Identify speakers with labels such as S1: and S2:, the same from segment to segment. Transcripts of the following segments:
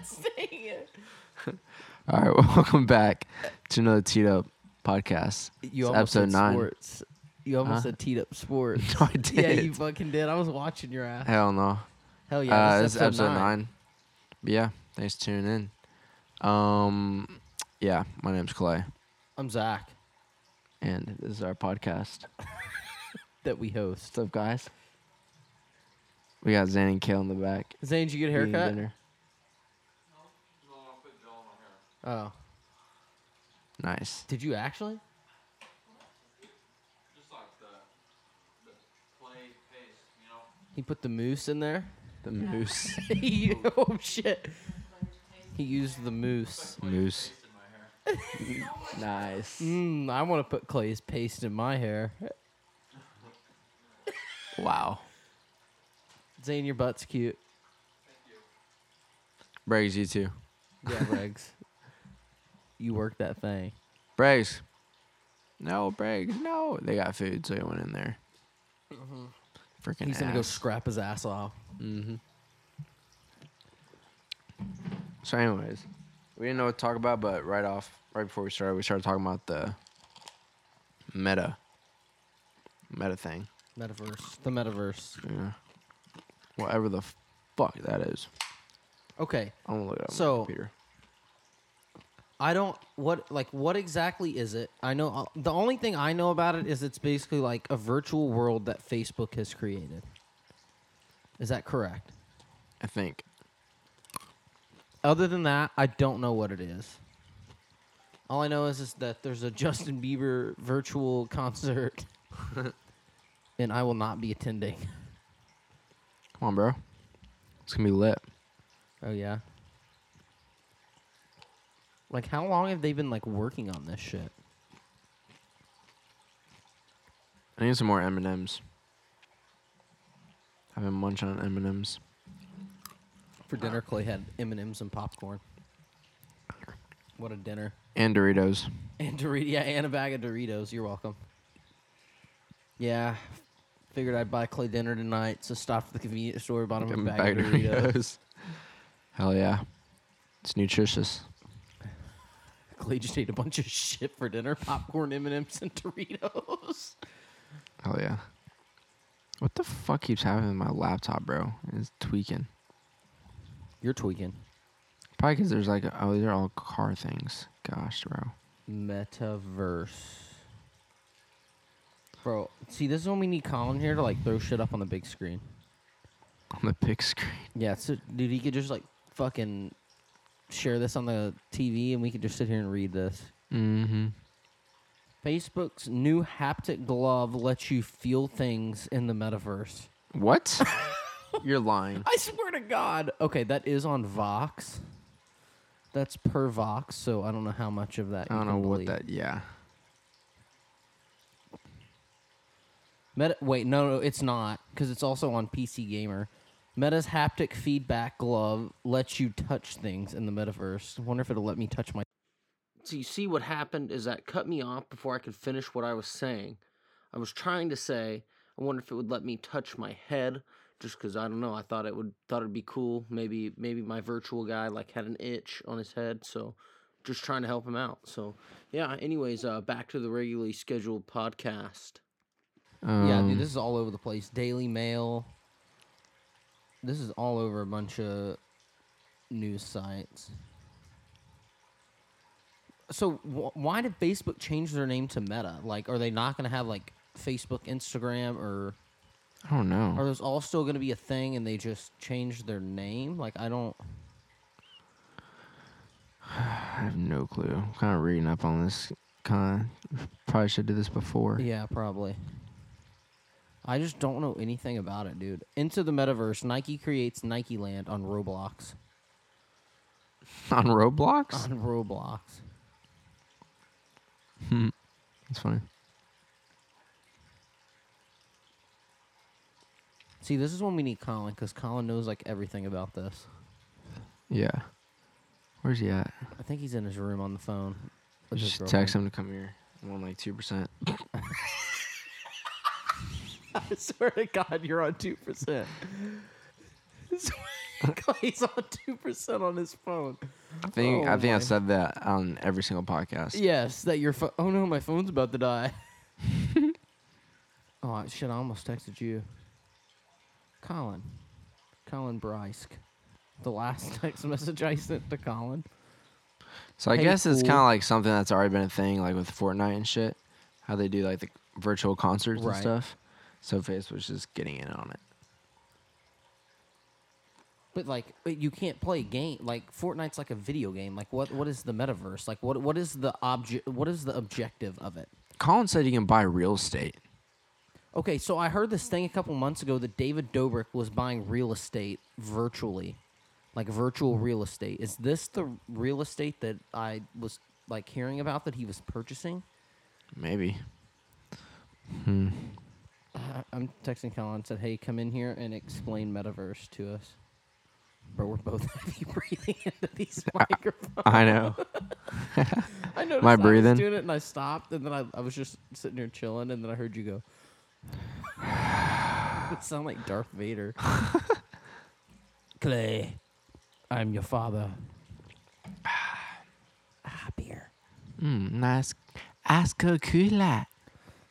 S1: disgusting.
S2: All right, well, welcome back to another Teed Up podcast.
S3: You
S2: It's
S3: almost
S2: episode
S3: said
S2: nine.
S3: sports. You almost
S2: Huh?
S3: said teed up sports.
S2: No, I
S3: yeah, you
S2: didn't.
S3: fucking did. I was watching your ass.
S2: Hell no.
S3: Hell yeah.
S2: uh,
S3: this is episode, nine.
S2: But yeah, thanks for tuning in. Um, yeah, my name's Clay,
S3: I'm Zach
S2: and this is our podcast.
S3: that we host.
S2: What's up, guys? We got Zan and Kale in the back.
S3: Zane, did you get a
S2: eating
S3: haircut?
S2: dinner.
S3: Oh.
S2: Nice.
S3: Did you actually? He put the moose in there.
S2: The moose.
S3: He- oh shit. He used the moose.
S2: moose. nice.
S3: Mm, I want to put Clay's paste in my hair.
S2: Wow.
S3: Zane, your butt's cute.
S2: Briggs, you too.
S3: Yeah, Regs. You work that thing.
S2: Briggs. No, Briggs. No. They got food, so he went in there. Freaking
S3: Mm-hmm. He's gonna go scrap his ass off.
S2: Mm-hmm. So, anyways, we didn't know what to talk about, but right off, right before we started, we started talking about the meta, meta thing,
S3: Metaverse. The metaverse.
S2: yeah. whatever the fuck that is.
S3: Okay.
S2: I'm gonna look it up on
S3: So-
S2: my computer.
S3: I don't what like what exactly is it? I know uh, the only thing I know about it is it's basically like a virtual world that Facebook has created. Is that correct?
S2: I think
S3: Other than that, I don't know what it is. All I know is, is that there's a Justin Bieber virtual concert, and I will not be attending.
S2: Come on, bro. It's gonna be lit.
S3: Oh yeah. Like how long have they been like working on this shit?
S2: I need some more M and M's. I've been munching on M and M's.
S3: For dinner, Clay had M and M's and popcorn. What a dinner!
S2: and Doritos.
S3: And Doritos, yeah, and a bag of Doritos. You're welcome. Yeah, figured I'd buy Clay dinner tonight, so stopped at the convenience store, bought him a
S2: Got
S3: bag, of Doritos.
S2: Hell yeah, it's nutritious.
S3: Clay just ate a bunch of shit for dinner: popcorn, M and M's, and Doritos.
S2: Hell yeah. What the fuck keeps happening with my laptop, bro? It's tweaking.
S3: You're tweaking.
S2: Probably because there's like, oh, these are all car things. Gosh, bro.
S3: Metaverse. Bro, see, this is when we need Colin here to like throw shit up on the big screen.
S2: On the big screen.
S3: Yeah, so dude, he could just like fucking share this on the TV, and we could just sit here and read this.
S2: Mm-hmm.
S3: Facebook's new haptic glove lets you feel things in the metaverse.
S2: What? You're lying.
S3: I swear to God. Okay, that is on Vox. That's per Vox, so I don't know how much of that.
S2: I
S3: you
S2: don't
S3: can
S2: know what
S3: believe.
S2: that. Yeah.
S3: Meta. Wait, no, no, it's not because it's also on PC Gamer. Meta's haptic feedback glove lets you touch things in the metaverse. I wonder if it'll let me touch my. So you see, what happened is that cut me off before I could finish what I was saying. I was trying to say, I wonder if it would let me touch my head, just because I don't know. I thought it would, thought it'd be cool. Maybe, maybe my virtual guy like had an itch on his head, so just trying to help him out. So yeah. Anyways, uh, back to the regularly scheduled podcast.
S2: Um,
S3: Yeah, dude, this is all over the place. Daily Mail. This is all over a bunch of news sites. So wh- why did Facebook change their name to Meta? Like, are they not going to have like Facebook, Instagram, or
S2: I don't know.
S3: are those all still going to be a thing? And they just changed their name? Like, I don't.
S2: I have no clue. I'm kind of reading up on this. Kind of probably should do this before.
S3: Yeah, probably. I just don't know anything about it, dude. Into the metaverse, Nike creates Nike Land on Roblox.
S2: on Roblox?
S3: On Roblox.
S2: That's funny.
S3: See, this is when we need Colin because Colin knows like everything about this.
S2: Yeah. Where's he at?
S3: I think he's in his room on the phone. with his
S2: Just text
S3: girlfriend.
S2: him to come here. I'm on like 2%.
S3: I swear to God, you're on two percent. Clay's on two percent on his phone.
S2: I think
S3: Oh
S2: I think
S3: my.
S2: I said that on every single podcast.
S3: Yes, that your phone. oh no, my phone's about to die. oh shit! I almost texted you, Colin, Colin Brysk. The last text message I sent to Colin.
S2: So I
S3: Hey,
S2: guess it's
S3: fool.
S2: kind of like something that's already been a thing, like with Fortnite and shit. How they do like the virtual concerts
S3: Right.
S2: and stuff. So Facebook's just getting in on it.
S3: But like, but you can't play game like Fortnite's like a video game. Like, what what is the metaverse? Like, what what is the object? What is the objective of it?
S2: Colin said you can buy real estate.
S3: Okay, so I heard this thing a couple months ago that David Dobrik was buying real estate virtually, like virtual real estate. Is this the real estate that I was like hearing about that he was purchasing?
S2: Maybe.
S3: I- Uh, I'm texting Colin and said, "Hey, come in here and explain metaverse to us." Bro, we're both heavy breathing into these microphones.
S2: I know.
S3: I noticed
S2: I
S3: I
S2: was breathing?
S3: was doing it and I stopped, and then I, I was just sitting here chilling, and then I heard you go. it sounded like Darth Vader. Clay, I'm your father. ah, beer.
S2: mm,
S3: Hmm,
S2: nice. Ask Coca-Cola.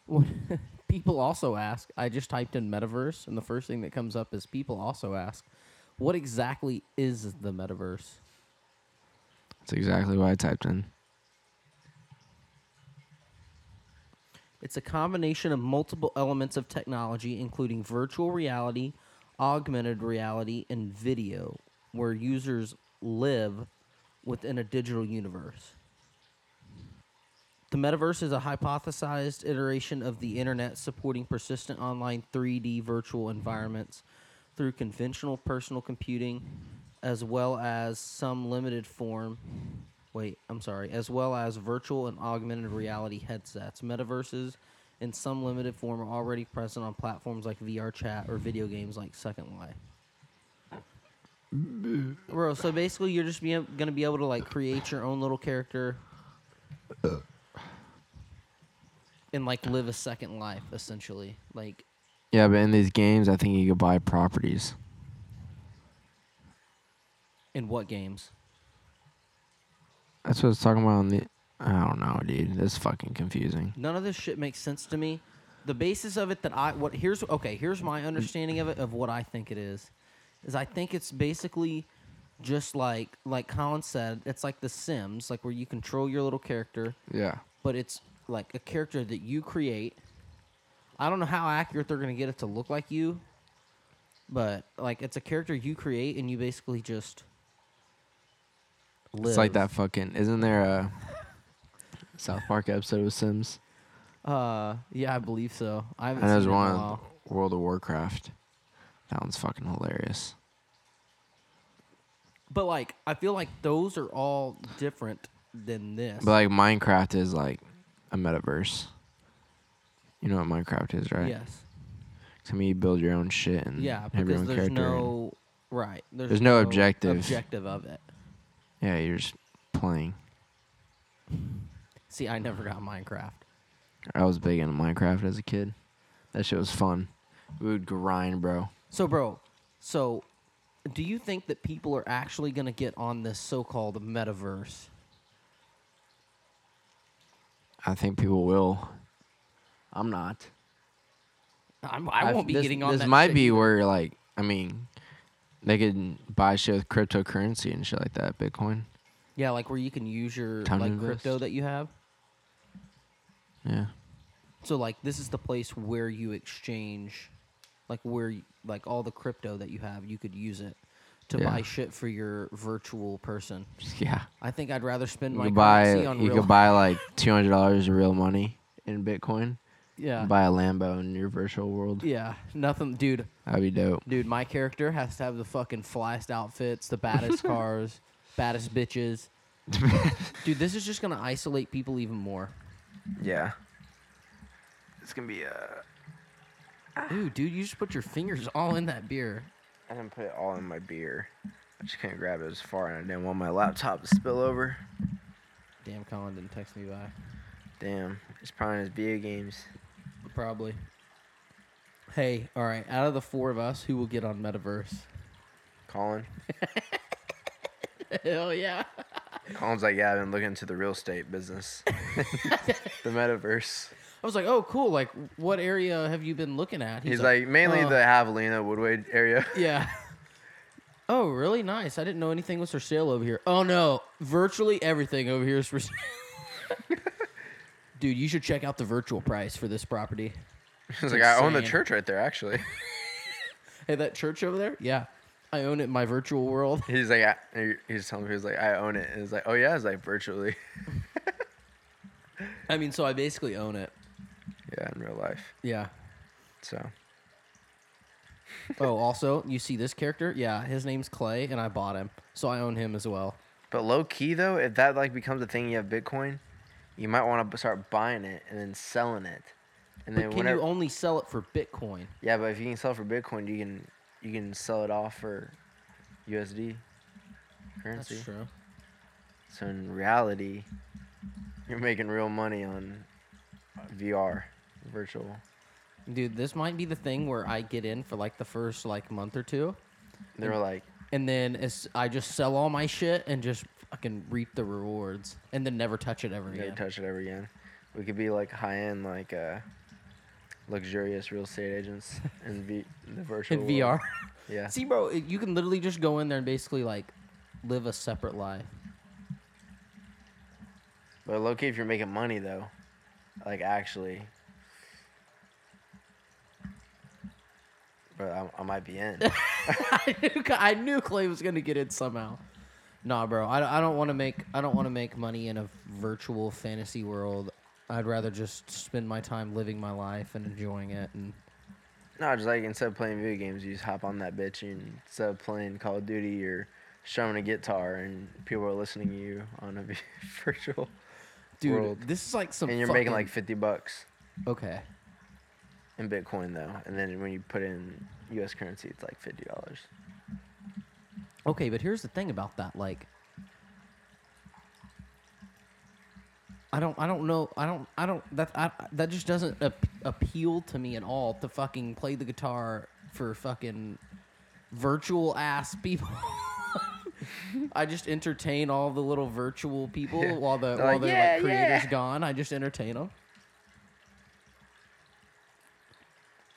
S3: What- people also ask. I just typed in metaverse, and the first thing that comes up is people also ask, "What exactly is the metaverse?"
S2: That's exactly what I typed in.
S3: It's a combination of multiple elements of technology, including virtual reality, augmented reality, and video, where users live within a digital universe. The metaverse is a hypothesized iteration of the internet supporting persistent online 3D virtual environments through conventional personal computing as well as some limited form wait, I'm sorry, as well as virtual and augmented reality headsets. Metaverses in some limited form are already present on platforms like VR chat or video games like Second Life. Bro, so basically you're just being going to be able to like create your own little character and like live a second life essentially. Like
S2: Yeah, but in these games, I think you could buy properties.
S3: in what games?
S2: That's what I was talking about on the. I don't know, dude. That's fucking confusing.
S3: None of this shit makes sense to me. The basis of it that I what here's okay, here's my understanding of it of what I think it is. Is I think it's basically just like like Colin said, it's like the Sims, like where you control your little character,
S2: Yeah.
S3: but it's like a character that you create. I don't know how accurate they're going to get it to look like you, but like it's a character you create and you basically just live.
S2: It's like that fucking. Isn't there a South Park episode with Sims?
S3: Uh, yeah, I believe so. I haven't
S2: And
S3: seen
S2: there's
S3: it in a
S2: one
S3: while.
S2: World of Warcraft. That one's fucking hilarious.
S3: But like, I feel like those are all different than this.
S2: But like Minecraft is like a metaverse. You know what Minecraft is, right?
S3: Yes.
S2: To me, you build your own shit and
S3: Yeah,
S2: have your
S3: because
S2: own
S3: there's
S2: character. and-
S3: no right. There's,
S2: There's no objective.
S3: Objective of it.
S2: yeah, you're just playing.
S3: See, I never got Minecraft.
S2: I was big into Minecraft as a kid. That shit was fun. We would grind, bro.
S3: So, bro, so do you think that people are actually going to get on this so-called metaverse?
S2: I think people will. I'm not.
S3: I'm, I
S2: I've-
S3: won't be
S2: this,
S3: getting on.
S2: This
S3: that
S2: might
S3: shit
S2: be
S3: either.
S2: where like I mean, they could buy shit with cryptocurrency and shit like that, Bitcoin.
S3: yeah, like where you can use your
S2: Time to
S3: like
S2: invest.
S3: crypto that you have.
S2: Yeah.
S3: So like this is the place where you exchange, like where y- like all the crypto that you have, you could use it to
S2: Yeah.
S3: buy shit for your virtual person.
S2: Yeah.
S3: I think I'd rather spend
S2: You
S3: my
S2: could buy
S3: currency on
S2: you
S3: real.
S2: could buy like two hundred dollars of real money in Bitcoin.
S3: yeah,
S2: Buy a Lambo in your virtual world.
S3: yeah, nothing, dude.
S2: That'd be dope.
S3: Dude, my character has to have the fucking flyest outfits, the baddest cars, baddest bitches. dude, this is just gonna isolate people even more.
S2: Yeah. It's gonna be uh
S3: Ooh, dude, you just put your fingers all in that beer.
S2: I didn't put it all in my beer. I just couldn't grab it as far and I didn't want my laptop to spill over.
S3: Damn, Colin didn't text me back.
S2: Damn. It's probably in his video games.
S3: Probably. Hey, all right. Out of the four of us, who will get on Metaverse?
S2: Colin.
S3: Hell yeah.
S2: Colin's like, yeah, I've been looking into the real estate business, the metaverse.
S3: I was like, oh, cool. Like, what area have you been looking at?
S2: He's like, mainly
S3: "Uh,
S2: the Javelina Woodway area.
S3: Yeah. Oh, really nice. I didn't know anything was for sale over here. Oh no, virtually everything over here is for sale. Dude, you should check out the virtual price for this property.
S2: He's like, I own the
S3: insane.
S2: church right there, actually.
S3: Hey, that church over there? Yeah. I own it in my virtual world.
S2: He's like, I, he's telling me, he's like, I own it. And he's like, oh yeah, it's like virtually.
S3: I mean, so I basically own it.
S2: Yeah, in real life.
S3: Yeah.
S2: So
S3: Oh, also, you see this character? Yeah, his name's Clay and I bought him. So I own him as well.
S2: But low key though, if that like becomes a thing, you have Bitcoin, you might want to start buying it and then selling it, and
S3: But
S2: then
S3: can
S2: whenever
S3: you only sell it for Bitcoin?
S2: yeah, but if you can sell for Bitcoin, you can you can sell it off for USD
S3: That's
S2: currency.
S3: true.
S2: So in reality, you're making real money on VR, virtual.
S3: Dude, this might be the thing where I get in for like the first like month or two.
S2: They
S3: Mm.
S2: were like,
S3: and then as I just sell all my shit and just fucking reap the rewards, and then never touch it ever
S2: never
S3: again.
S2: touch it ever again. We could be like high end, like uh, luxurious real estate agents in, v- in the virtual
S3: in
S2: world.
S3: VR.
S2: Yeah.
S3: See, bro, it- you can literally just go in there and basically like live a separate life.
S2: But low key, if you're making money though, like actually, but I, I might be in.
S3: I knew, I knew Clay was gonna get it somehow. Nah, bro, I, don't- I don't want to make I don't want to make money in a virtual fantasy world. I'd rather just spend my time living my life and enjoying it. And
S2: no, just like instead of playing video games, you just hop on that bitch and instead of playing Call of Duty, you're strumming a guitar and people are listening to you on a virtual,
S3: dude,
S2: World.
S3: this is like some.
S2: and you're making like
S3: fucking-
S2: fifty bucks
S3: okay.
S2: in Bitcoin though, and then when you put in U.S. currency, it's like fifty dollars.
S3: Okay, but here's the thing about that. Like, I don't, I don't know, I don't, I don't. That I, that just doesn't ap- appeal to me at all. To fucking play the guitar for fucking virtual ass people. I just entertain all the little virtual people while the
S2: They're
S3: while
S2: like,
S3: the
S2: "Yeah,
S3: like, creator's
S2: yeah."
S3: gone. I just entertain them.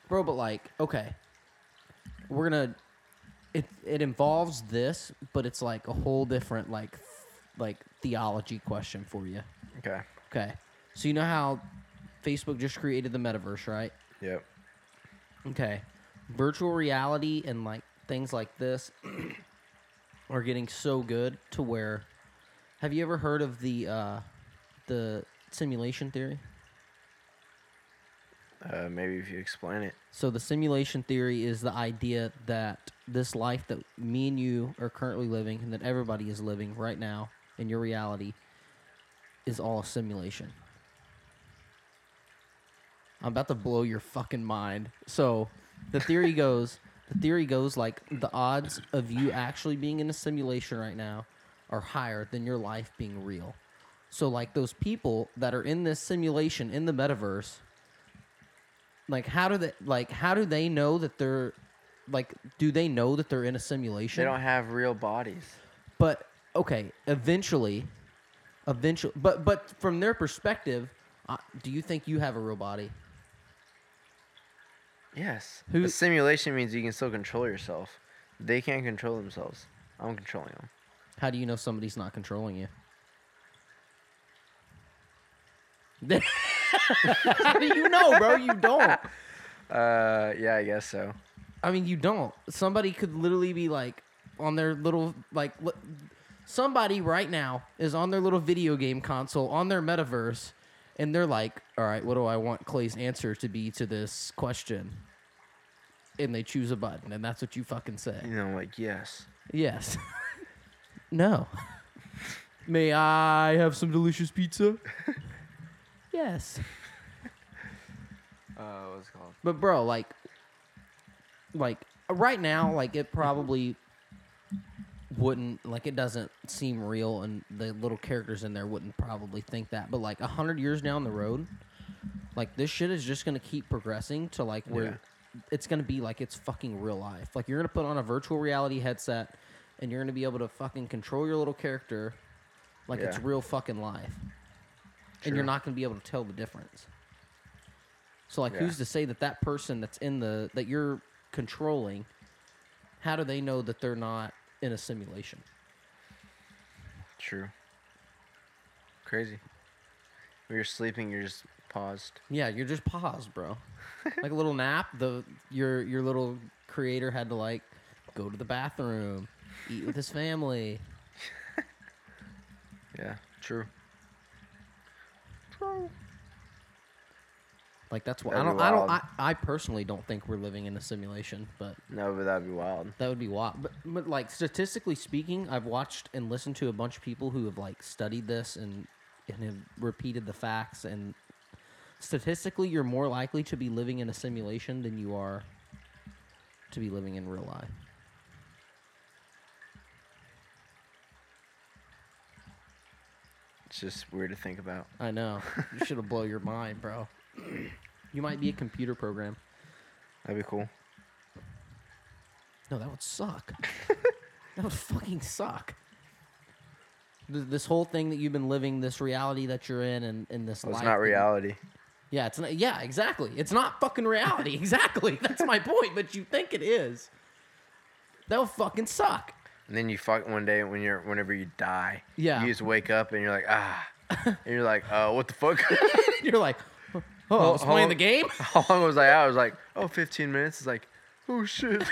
S3: Bro, but like, okay, we're gonna it it involves this, but it's like a whole different like th- like theology question for you.
S2: Okay.
S3: Okay. So you know how Facebook just created the metaverse, right?
S2: Yep.
S3: Okay. Virtual reality and like things like this are getting so good to where have you ever heard of the uh the simulation theory?
S2: Uh, maybe if you explain it.
S3: So the simulation theory is the idea that this life that me and you are currently living and that everybody is living right now in your reality is all a simulation. I'm about to blow your fucking mind. So the theory goes the theory goes like the odds of you actually being in a simulation right now are higher than your life being real. So like those people that are in this simulation in the metaverse like how do they like how do they know that they're like do they know that they're in a simulation
S2: They don't have real bodies.
S3: but okay eventually eventually but but from their perspective uh, do you think you have a real body
S2: Yes.
S3: Who-
S2: a simulation means you can still control yourself. They can't control themselves. I'm controlling them.
S3: how do you know somebody's not controlling you how do you know bro you don't
S2: Uh, yeah, I guess so.
S3: I mean, you don't. Somebody could literally be like on their little like li- somebody right now is on their little video game console on their metaverse, and they're like, "All right, what do I want Clay's answer to be to this question?" And they choose a button, and that's what you fucking say.
S2: You know, like yes.
S3: Yes. no. May I have some delicious pizza? yes.
S2: Uh, what's it called?
S3: But bro, like, like right now, like it probably wouldn't like it doesn't seem real, and the little characters in there wouldn't probably think that. But like a hundred years down the road, like this shit is just gonna keep progressing to like where
S2: Yeah.
S3: it's gonna be like it's fucking real life. Like you're gonna put on a virtual reality headset, and you're gonna be able to fucking control your little character, like it's
S2: Yeah.
S3: real fucking life. And
S2: True.
S3: you're not gonna be able to tell the difference. So like,
S2: Yeah.
S3: who's to say that that person that's in the that you're controlling, how do they know that they're not in a simulation?
S2: True. Crazy. When you're sleeping, you're just paused.
S3: Yeah, you're just paused, bro. like a little nap. The your your little creator had to like go to the bathroom, eat with his family.
S2: Yeah, true. True.
S3: Like that's why I
S2: That'd
S3: don't
S2: be
S3: I don't I,
S2: wild.
S3: I personally don't think we're living in a simulation, but
S2: No, but that'd be wild.
S3: that would be wild. But, but like statistically speaking, I've watched and listened to a bunch of people who have like studied this and and have repeated the facts and statistically you're more likely to be living in a simulation than you are to be living in real life.
S2: It's just weird to think about.
S3: I know. You should have blow your mind, bro. You might be a computer program.
S2: That'd be cool.
S3: No, that would suck. that would fucking suck. Th- This whole thing that you've been living, this reality that you're in, and, and this
S2: Well,
S3: life.
S2: it's not
S3: that you-
S2: reality.
S3: Yeah, it's not. Yeah, exactly. It's not fucking reality. Exactly. That's my point. But you think it is. That would fucking suck.
S2: And then you fuck one day when you're whenever you die.
S3: Yeah.
S2: You just wake up and you're like ah, and you're like uh, what the fuck?
S3: You're like, oh, I was
S2: How- how long-
S3: playing the game.
S2: How long was I out? I was like oh 15 minutes. It's like oh shit.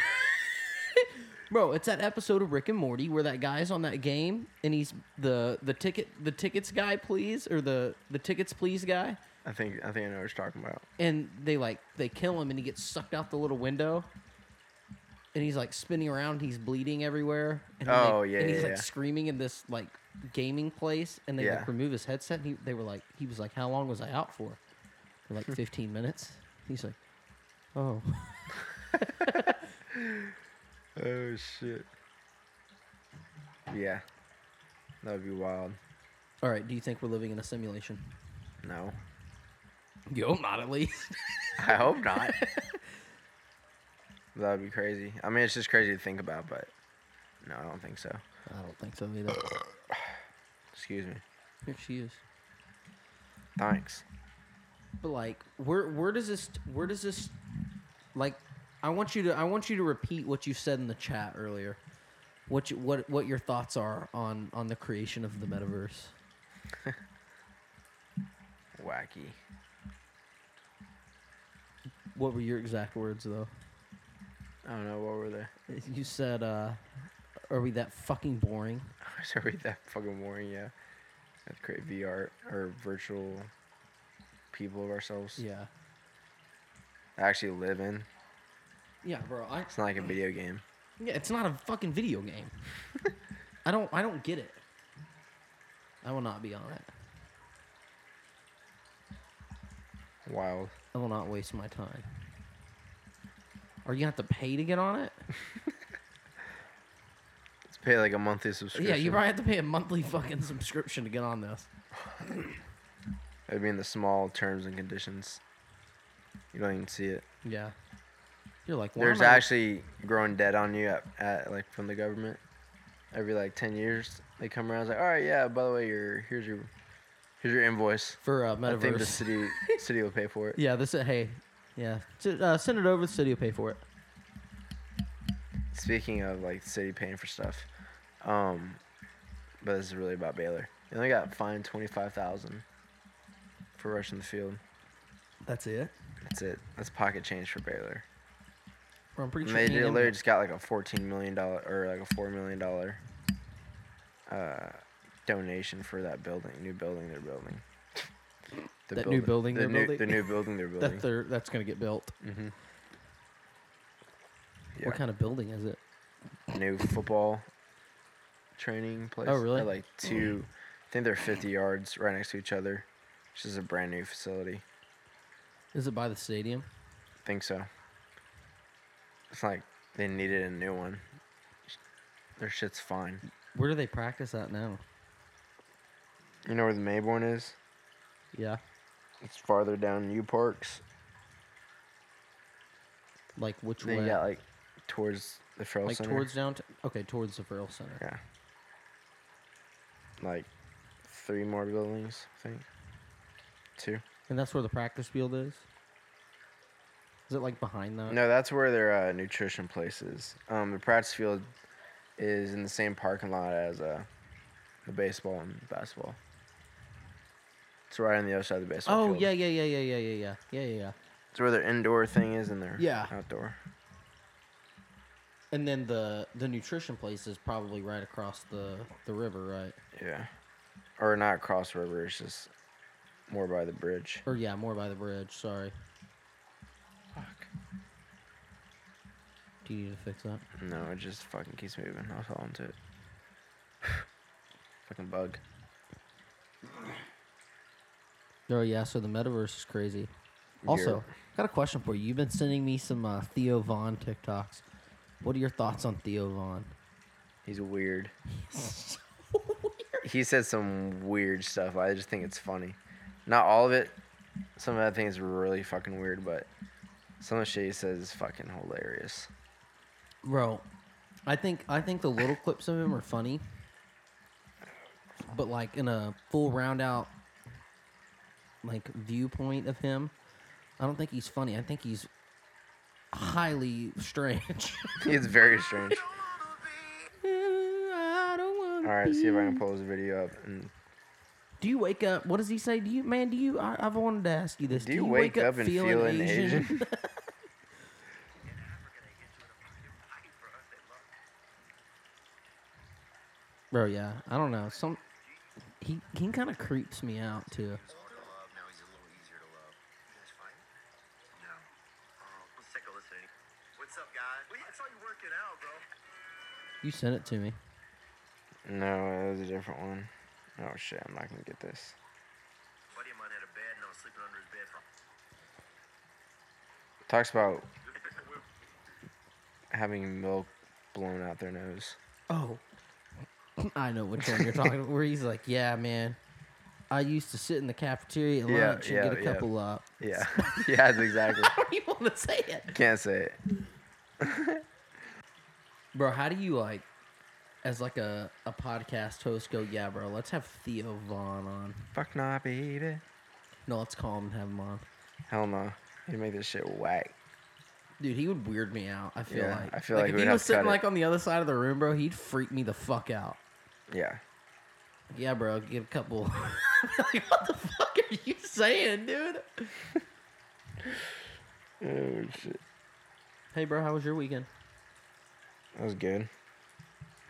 S3: Bro, it's that episode of Rick and Morty where that guy's on that game and he's the the ticket the tickets guy please or the the tickets please guy
S2: I think I think I know what you're talking about.
S3: and they like they kill him and he gets sucked out the little window and he's like spinning around he's bleeding everywhere and then
S2: Oh,
S3: they,
S2: yeah,
S3: and he's
S2: yeah,
S3: like
S2: yeah.
S3: screaming in this like gaming place and they
S2: Yeah.
S3: like remove his headset and he, they were like he was like how long was I out for They're
S2: Hmm.
S3: like 15 minutes he's like oh
S2: Oh shit. Yeah. That would be wild.
S3: all right do you think we're living in a simulation
S2: No.
S3: yo not at least
S2: I hope not. that would be crazy. I mean, it's just crazy to think about, but no, I don't think so.
S3: I don't think so either
S2: Excuse me.
S3: Here she is.
S2: Thanks.
S3: But like, where where does this where does this like? I want you to I want you to repeat what you said in the chat earlier. What you, what what your thoughts are on on the creation of the metaverse?
S2: Wacky.
S3: What were your exact words though?
S2: I don't know. What were they?
S3: You said, uh, "Are we that fucking boring?"
S2: I was read that fucking warning. Yeah. Have to create VR or virtual people of ourselves.
S3: Yeah,
S2: that Actually live in.
S3: yeah, bro. I
S2: It's not like a video game.
S3: yeah, it's not a fucking video game. I don't I don't get it. I will not be on it.
S2: Wild.
S3: I will not waste my time. Are you gonna have to pay to get on it?
S2: Let's pay like a monthly subscription.
S3: Yeah, you probably have to pay a monthly fucking subscription to get on this.
S2: It'd be in the small terms and conditions. You don't even see it.
S3: Yeah. You're like, why
S2: There's
S3: am I-
S2: actually growing debt on you at, at like from the government. Every like ten years, they come around. It's like, all right, yeah. By the way, your here's your here's your invoice.
S3: for uh,
S2: I think the
S3: metaverse.
S2: city city will pay for it.
S3: yeah, this is hey, yeah, S- uh, send it over. The city will pay for it.
S2: Speaking of like the city paying for stuff, um, but this is really about Baylor. They only got fined twenty five thousand for rushing the field.
S3: That's it.
S2: That's it. That's pocket change for Baylor.
S3: Bro, I'm pretty
S2: And
S3: sure.
S2: they
S3: A&M
S2: literally just got like a fourteen million dollar or like a four million dollar uh, donation for that building, new building they're building. The
S3: That new building
S2: the
S3: they're
S2: new,
S3: building?
S2: the new building they're building.
S3: That they're, that's gonna get built.
S2: mm-hmm. Yeah,
S3: What kind of building is it?
S2: new football training place.
S3: Oh, really?
S2: They're, like two, I think they're fifty yards right next to each other, which is a brand new facility.
S3: Is it by the stadium?
S2: Think so. It's like they needed a new one. Their shit's fine.
S3: Where do they practice at now?
S2: You know where the Mayborn is?
S3: Yeah.
S2: It's farther down U Parks.
S3: Like which
S2: Then
S3: way?
S2: you got like towards the Ferrell
S3: like
S2: Center.
S3: towards downtown. Okay, towards the Farrell Center.
S2: yeah. Like three more buildings, I think. Two.
S3: And that's where the practice field is. Is it like behind that?
S2: No, that's where their uh, nutrition place is. Um, the practice field is in the same parking lot as uh, the baseball and basketball. It's right on the other side of the baseball.
S3: Oh
S2: field.
S3: yeah, yeah, yeah, yeah, yeah, yeah, yeah, yeah, yeah, yeah.
S2: It's where their indoor thing is and their
S3: Yeah.
S2: outdoor.
S3: And then the the nutrition place is probably right across the the river, right?
S2: Yeah. Or not across the river, it's just more by the bridge.
S3: Or yeah, more by the bridge. Sorry.
S2: Fuck.
S3: Do you need to fix that?
S2: No, it just fucking keeps moving. I'll fall into it. fucking bug.
S3: Oh yeah, so the metaverse is crazy. Also,
S2: Yeah.
S3: got a question for you. You've been sending me some uh, Theo Vaughn TikToks. What are your thoughts on Theo Vaughn?
S2: He's weird. He said some weird stuff. I just think it's funny. Not all of it. Some of that thing is really fucking weird, but some of the shit he says is fucking hilarious.
S3: Bro, I think I think the little clips of him are funny, but like in a full round out like viewpoint of him, I don't think he's funny. I think he's highly strange.
S2: It's very strange.
S3: I don't want.
S2: All right, see if I can pull this video up. And
S3: Do you wake up? What does he say? Do you, man? Do you? I, I've wanted to ask you this.
S2: do you wake up and feel an Asian?
S3: Bro, yeah. I don't know. Some he he kind of creeps me out
S1: to
S3: too.
S1: love. Now he's a little easier to love. You guys fight? No. Oh, let's take a listen. What's up, guys? Well, yeah, I saw you working out, bro.
S3: You sent it to me.
S2: No, it was a different one. Oh shit, I'm not gonna get this.
S1: buddy of mine had a bed, and I was sleeping under his bed. For...
S2: Talks about having milk blown out their nose.
S3: Oh, I know which one you're talking. about. Where he's like, yeah, man. I used to sit in the cafeteria at
S2: Yeah,
S3: lunch
S2: yeah,
S3: and get a
S2: yeah.
S3: couple uh, up.
S2: Yeah, yeah, that's exactly.
S3: How do you want to say it,
S2: Can't say it.
S3: bro? How do you like, as like a a podcast host, go, yeah, bro? Let's have Theo Vaughn on.
S2: Fuck nah, baby.
S3: No, let's call him and have him on.
S2: Hell no. You make this shit whack.
S3: Dude, he would weird me out. I feel
S2: Yeah,
S3: like
S2: I feel like
S3: if
S2: we'd
S3: he
S2: have
S3: was
S2: to
S3: sitting
S2: cut it.
S3: like on the other side of the room, bro, he'd freak me the fuck out.
S2: Yeah.
S3: Yeah, bro, give a couple. like, what the fuck are you saying, dude?
S2: Oh shit.
S3: Hey, bro, how was your weekend?
S2: That was good.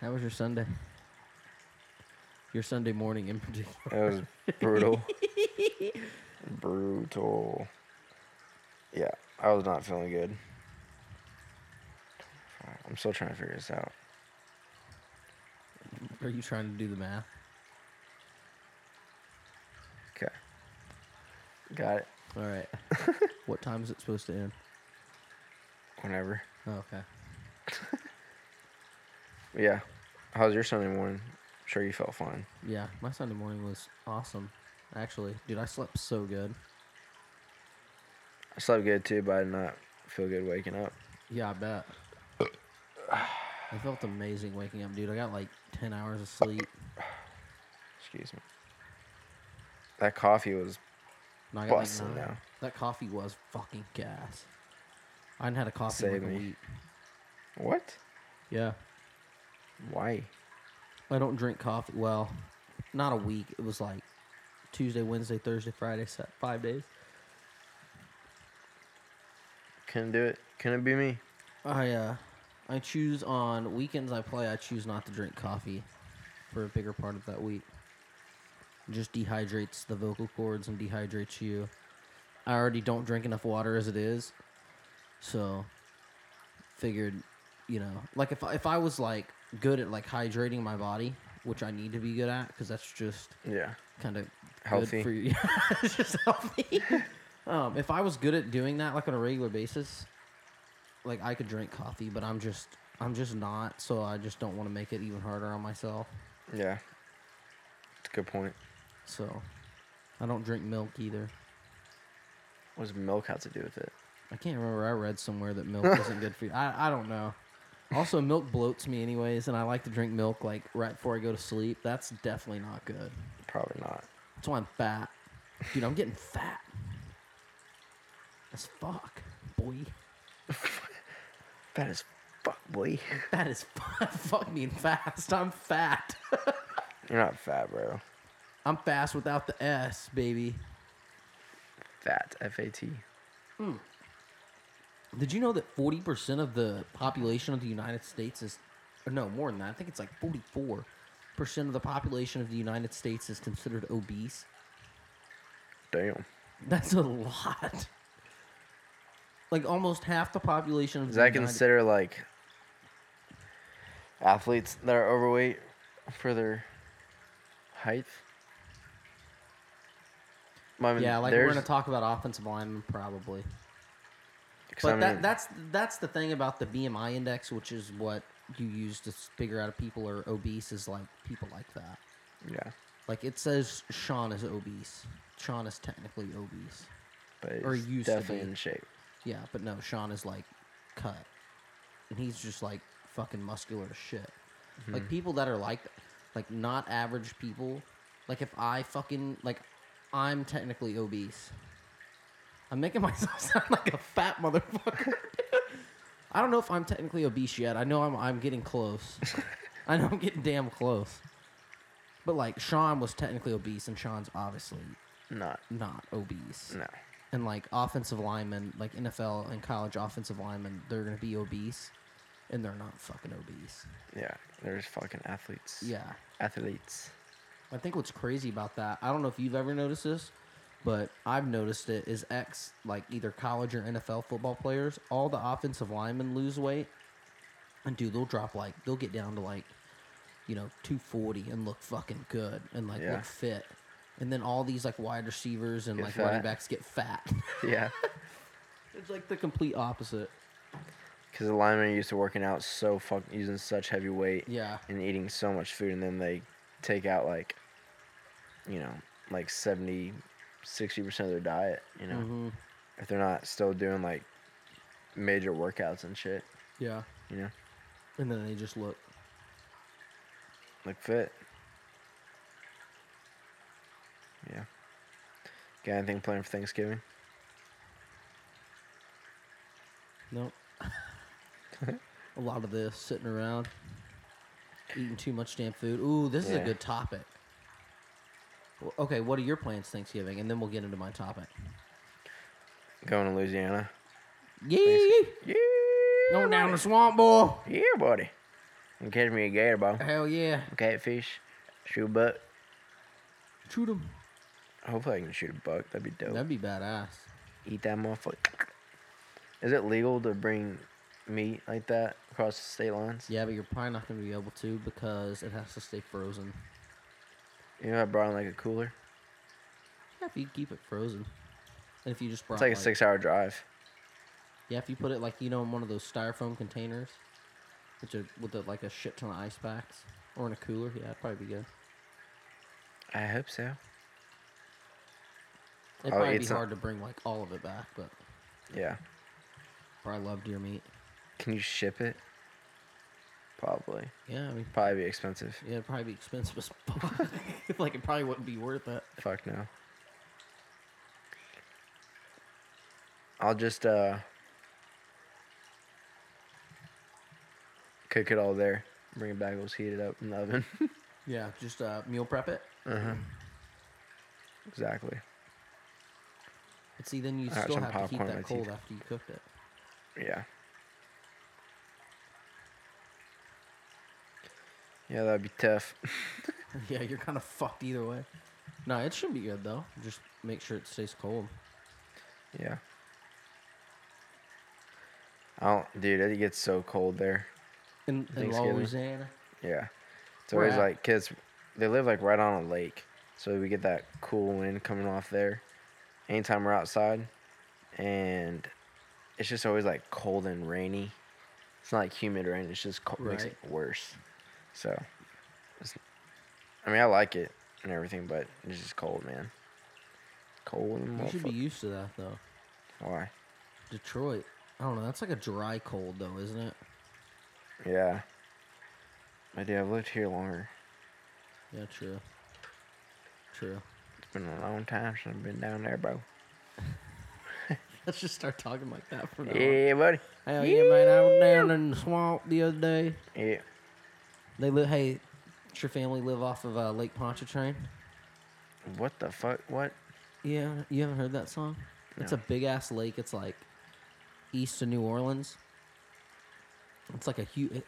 S3: How was your Sunday? Your Sunday morning in particular.
S2: That was brutal. brutal. Yeah, I was not feeling good. Fuck, I'm still trying to figure this out.
S3: Are you trying to do the math?
S2: Okay. Got it.
S3: All right. what time is it supposed to end?
S2: Whenever.
S3: Oh, okay.
S2: Yeah. How's your Sunday morning? I'm sure you felt fine.
S3: Yeah, my Sunday morning was awesome. Actually, dude, I slept so good.
S2: I slept good too, but I did not feel good waking up.
S3: Yeah, I bet. I felt amazing waking up, dude. I got like 10 hours of sleep.
S2: Excuse me. That coffee was
S3: No, I got like
S2: Bussin'
S3: nine.
S2: now.
S3: That coffee was fucking gas. I hadn't had a coffee in
S2: Save
S3: like a
S2: me.
S3: week.
S2: what?
S3: Yeah.
S2: Why?
S3: I don't drink coffee. Well, not a week. It was like Tuesday, Wednesday, Thursday, Friday, set five days.
S2: Couldn't do it. Couldn't be me.
S3: I uh, I choose on weekends I play. I choose not to drink coffee for a bigger part of that week. It just dehydrates the vocal cords and dehydrates you. I already don't drink enough water as it is, so figured, you know, like if I- if I was like good at like hydrating my body, which I need to be good at, because that's just
S2: Yeah.
S3: kind of
S2: Healthy.
S3: Good for you. it's just healthy. um, if I was good at doing that, like on a regular basis, like I could drink coffee, but I'm just, I'm just not. So I just don't want to make it even harder on myself.
S2: Yeah. It's a good point.
S3: So I don't drink milk either.
S2: What does milk have to do with it?
S3: I can't remember. I read somewhere that milk isn't good for you. I, I don't know. Also, milk bloats me anyways, and I like to drink milk like right before I go to sleep. That's definitely not good.
S2: Probably not.
S3: That's why I'm fat. Dude, I'm getting fat. As fuck, boy.
S2: Fat as fuck, boy.
S3: That is fat. fuck me fast. I'm fat.
S2: You're not fat, bro.
S3: I'm fast without the S, baby.
S2: Fat. F A T.
S3: Did you know that 40% of the population of the United States is, or no, more than that. I think it's like 44% of the population of the United States is considered obese.
S2: Damn.
S3: That's a lot. Like almost half the population of
S2: Does
S3: the
S2: that
S3: United-
S2: consider like athletes that are overweight for their height? I mean,
S3: Yeah, like we're
S2: there's-
S3: gonna talk about offensive linemen probably.
S2: 'cause
S3: But
S2: I
S3: that,
S2: mean,
S3: that's that's the thing about the BMI index, which is what you use to s- figure out if people are obese. Is like people like that.
S2: yeah,
S3: Like it says Sean is obese. Sean is technically obese.
S2: but
S3: or
S2: it's
S3: used to
S2: definitely
S3: be.
S2: in shape.
S3: Yeah, but no, Sean is like cut, and he's just like fucking muscular as shit. Like people that are like, like not average people. Like if I fucking like, I'm technically obese. I'm making myself sound like a fat motherfucker. I don't know if I'm technically obese yet. I know I'm I'm getting close. I know I'm getting damn close. But like Sean was technically obese, and Sean's obviously
S2: Not
S3: not obese
S2: no.
S3: and like offensive linemen, like NFL and college offensive linemen, they're gonna be obese, and they're not fucking obese.
S2: Yeah, there's fucking athletes.
S3: Yeah,
S2: athletes.
S3: I think what's crazy about that, I don't know if you've ever noticed this, but I've noticed it is ex like either college or NFL football players, all the offensive linemen lose weight, and dude, they'll drop like they'll get down to like, you know, two forty and look fucking good and like
S2: Yeah.
S3: look fit. And then all these like wide receivers and
S2: Get
S3: like
S2: fat.
S3: running backs get fat.
S2: Yeah,
S3: it's like the complete opposite.
S2: because the linemen are used to working out so fuck using such heavy weight
S3: Yeah.
S2: and eating so much food, and then they take out like, you know, like 70, 60 percent of their diet. You know,
S3: Mhm.
S2: if they're not still doing like major workouts and shit.
S3: Yeah.
S2: You know,
S3: And then they just look.
S2: like fit. Yeah. Got anything planned for Thanksgiving?
S3: Nope. a lot of this sitting around, eating too much damn food. Ooh, this is
S2: Yeah.
S3: a good topic. Well, okay, what are your plans Thanksgiving? And then we'll get into my topic.
S2: Going to Louisiana.
S3: Yee!
S2: Yeah.
S3: Going down
S2: buddy.
S3: the swamp, boy.
S2: Yeah, buddy. And catch me a gator, bro.
S3: Hell yeah.
S2: Catfish. Shoot a buck.
S3: Shoot 'em.
S2: Hopefully I can shoot a buck. That'd be dope.
S3: That'd be badass.
S2: Eat that motherfucker. Is it legal to bring meat like that across the state lines?
S3: Yeah, but you're probably not going to be able to because it has to stay frozen.
S2: You know, I brought in like a cooler.
S3: Yeah, if you keep it frozen. And if you just brought
S2: It's like a
S3: like-
S2: six hour drive.
S3: Yeah, if you put it like you know in one of those styrofoam containers, which are with a, like a shit ton of ice packs, or in a cooler, yeah, that'd probably be good.
S2: I hope so.
S3: It'd
S2: Oh,
S3: probably be
S2: it's not-
S3: hard to bring like all of it back, but
S2: Yeah.
S3: probably love deer meat.
S2: Can you ship it? Probably.
S3: Yeah, I mean,
S2: Probably be expensive.
S3: yeah, it'd probably be expensive as fuck. like it probably wouldn't be worth it.
S2: Fuck no. I'll just uh cook it all there. Bring it back, we'll just heat it up in the oven. Uh-huh.
S3: Yeah, just uh, meal prep it.
S2: exactly.
S3: But see, then you
S2: I got
S3: still
S2: some
S3: have to keep
S2: popcorn in my
S3: that cold
S2: teeth.
S3: after you cooked it.
S2: Yeah. Yeah, that'd be tough.
S3: yeah, you're kind of fucked either way. No, it should be good though. Just make sure it stays cold.
S2: yeah. I don't dude, it gets so cold there.
S3: In, in
S2: Thanksgiving.
S3: Louisiana.
S2: Yeah. It's
S3: Where
S2: always
S3: at?
S2: like, because they live like right on a lake. So we get that cool wind coming off there anytime we're outside. And it's just always like cold and rainy. It's not like humid rain, it's just cold, makes it
S3: Right.
S2: worse. So, it's, I mean, I like it and everything, but it's just cold, man. Cold and
S3: You should be
S2: motherfucker.
S3: used to that though.
S2: Why?
S3: Detroit. I don't know. That's like a dry cold, though, isn't it?
S2: Yeah. I do. I've lived here longer.
S3: Yeah, true. True.
S2: It's been a long time since I've been down there, bro.
S3: Let's just start talking like that for now.
S2: Yeah, buddy.
S3: Hell yeah, man. I was down in the swamp the other day.
S2: Yeah.
S3: They live. Hey, does your family live off of uh, Lake Pontchartrain?
S2: What the fuck? What?
S3: Yeah, you haven't heard that song? It's
S2: No.
S3: a big ass lake. It's like east of New Orleans. It's like a huge. It,